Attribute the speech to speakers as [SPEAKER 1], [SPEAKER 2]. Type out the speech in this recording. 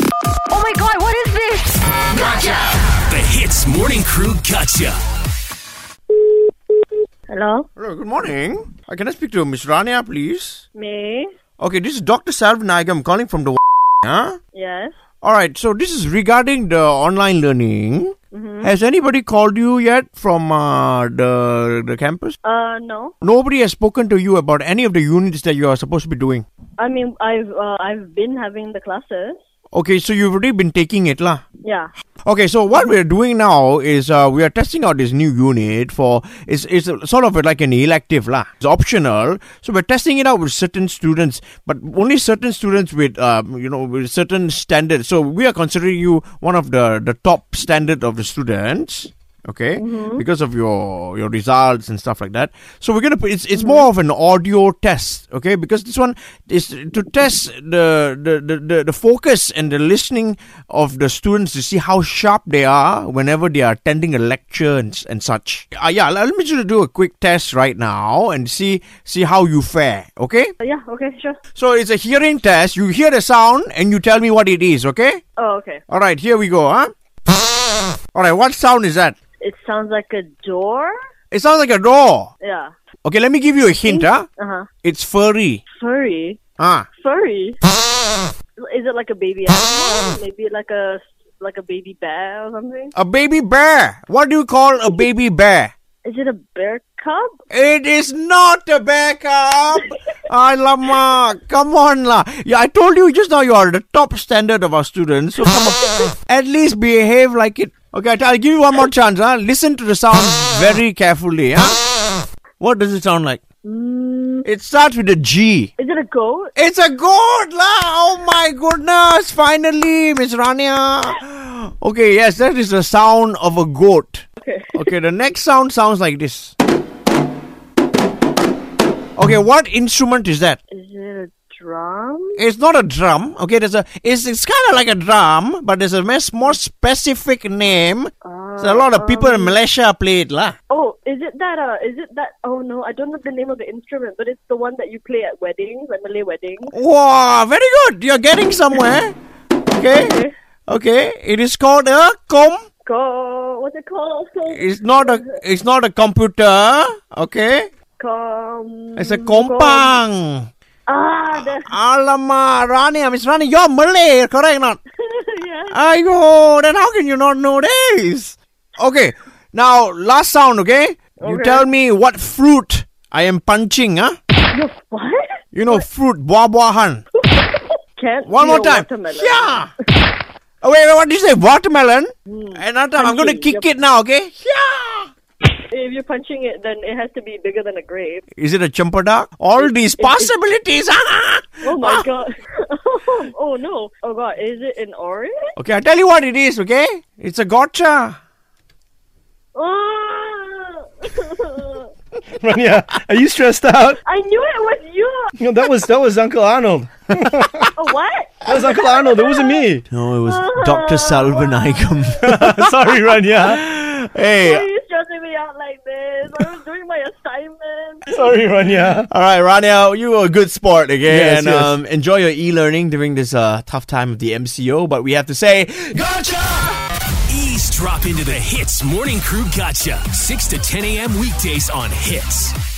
[SPEAKER 1] Oh my god, what is this?
[SPEAKER 2] The Hits Morning Crew Gotcha.
[SPEAKER 3] Hello?
[SPEAKER 4] Hello, good morning. Uh, can I speak to Miss Rania, please?
[SPEAKER 3] Me?
[SPEAKER 4] Okay, this is Dr. Sarv Naik. I'm calling from the. Huh?
[SPEAKER 3] Yes.
[SPEAKER 4] All right, so this is regarding the online learning. Has anybody called you yet from uh, the the campus?
[SPEAKER 3] Uh, no.
[SPEAKER 4] Nobody has spoken to you about any of the units that you are supposed to be doing.
[SPEAKER 3] I mean, I've uh, I've been having the classes.
[SPEAKER 4] Okay, so you've already been taking it, lah.
[SPEAKER 3] Yeah.
[SPEAKER 4] Okay, so what we're doing now is uh, we are testing out this new unit for it's it's sort of like an elective lah. It's optional, so we're testing it out with certain students, but only certain students with um, you know with certain standards. So we are considering you one of the the top standard of the students. Okay, because of your your results and stuff like that. So we're gonna put it's it's more of an audio test. Okay, because this one is to test the the, the the the focus and the listening of the students to see how sharp they are whenever they are attending a lecture and, s- and such. Uh, yeah, let me just do a quick test right now and see see how you fare. Okay,
[SPEAKER 3] Uh, yeah, okay, sure.
[SPEAKER 4] so it's a hearing test. You hear the sound and you tell me what it is. Okay.
[SPEAKER 3] Oh, okay.
[SPEAKER 4] All right, here we go. Huh. All right, what sound is that?
[SPEAKER 3] It sounds like a door?
[SPEAKER 4] It sounds like a door.
[SPEAKER 3] Yeah.
[SPEAKER 4] Okay, let me give you a hint, huh?
[SPEAKER 3] Uh-huh.
[SPEAKER 4] It's furry.
[SPEAKER 3] Furry?
[SPEAKER 4] Ah.
[SPEAKER 3] Furry? Is it like a baby animal? Maybe like a like a baby bear or something?
[SPEAKER 4] A baby bear. What do you call a baby bear?
[SPEAKER 3] Is it a bear cub?
[SPEAKER 4] It is not a bear cub. Alamak. Come on, lah. Yeah, I told you just now you are the top standard of our students. So come on. At least behave like it. Okay, I- I'll give you one more chance, huh? Listen to the sound very carefully, huh? What does it sound like? It starts with a G.
[SPEAKER 3] Is it a goat?
[SPEAKER 4] It's a goat, lah! Oh my goodness! Finally, Miss Rania. Okay, yes, that is the sound of a goat.
[SPEAKER 3] Okay.
[SPEAKER 4] Okay, the next sound sounds like this. Okay, what instrument is that?
[SPEAKER 3] Is it a drum?
[SPEAKER 4] It's not a drum. Okay, there's a. It's it's kind of like a drum, but there's a mes- more specific name. so a lot of people in Malaysia play it, lah.
[SPEAKER 3] Oh, is it that uh is it that oh no, I don't know the name of the instrument, but it's the one that you play at weddings, at Malay weddings.
[SPEAKER 4] Wow, very good. You're getting somewhere. Okay. Okay, it is called a com.
[SPEAKER 3] Go what's it called?
[SPEAKER 4] It's not a it's not a computer, okay?
[SPEAKER 3] Com.
[SPEAKER 4] It's a kompang.
[SPEAKER 3] Ah, the,
[SPEAKER 4] Alamak, Rani, Miss Rani, you're Malay, correct or not?
[SPEAKER 3] yeah.
[SPEAKER 4] Ayo, then how can you not know this? Okay, now last sound, okay? You
[SPEAKER 3] Okay.
[SPEAKER 4] tell me what fruit I am punching, huh?
[SPEAKER 3] The what?
[SPEAKER 4] You know, fruit, buah buahan.
[SPEAKER 3] Can't
[SPEAKER 4] One
[SPEAKER 3] be
[SPEAKER 4] more
[SPEAKER 3] a
[SPEAKER 4] time.
[SPEAKER 3] Watermelon.
[SPEAKER 4] Yeah. Oh, wait, wait, what did you say? Watermelon?
[SPEAKER 3] Hmm.
[SPEAKER 4] Another time, I'm gonna
[SPEAKER 3] Punching,
[SPEAKER 4] kick it now, okay? Yeah.
[SPEAKER 3] If you're punching it, then it has to be bigger than a grape.
[SPEAKER 4] Is it a chumpada? All these possibilities. ah!
[SPEAKER 3] Oh my
[SPEAKER 4] Ah.
[SPEAKER 3] god. oh no. Oh god. Is it an orange?
[SPEAKER 4] Okay, I'll tell you what it is, okay? It's a gotcha.
[SPEAKER 3] Ah!
[SPEAKER 5] Rania, are you stressed out?
[SPEAKER 3] I knew it was you.
[SPEAKER 5] You know, that was that was Uncle Arnold.
[SPEAKER 3] Oh, what?
[SPEAKER 5] That was Uncle Arnold. It wasn't me.
[SPEAKER 4] No, it was Dr. Salvanaikam.
[SPEAKER 5] Sorry, Rania.
[SPEAKER 3] Why are
[SPEAKER 4] hey.
[SPEAKER 3] you stressing me out like this? I was doing my assignment.
[SPEAKER 5] Sorry, Rania.
[SPEAKER 4] All right, Rania, you were a good sport, okay?
[SPEAKER 5] Yes,
[SPEAKER 4] and
[SPEAKER 5] yes.
[SPEAKER 4] Um, enjoy your e learning during this uh, tough time of the MCO. But we have to say,
[SPEAKER 2] Ease drop into the Hits Morning Crew Gotcha. 6 to 10 a.m. weekdays on Hits.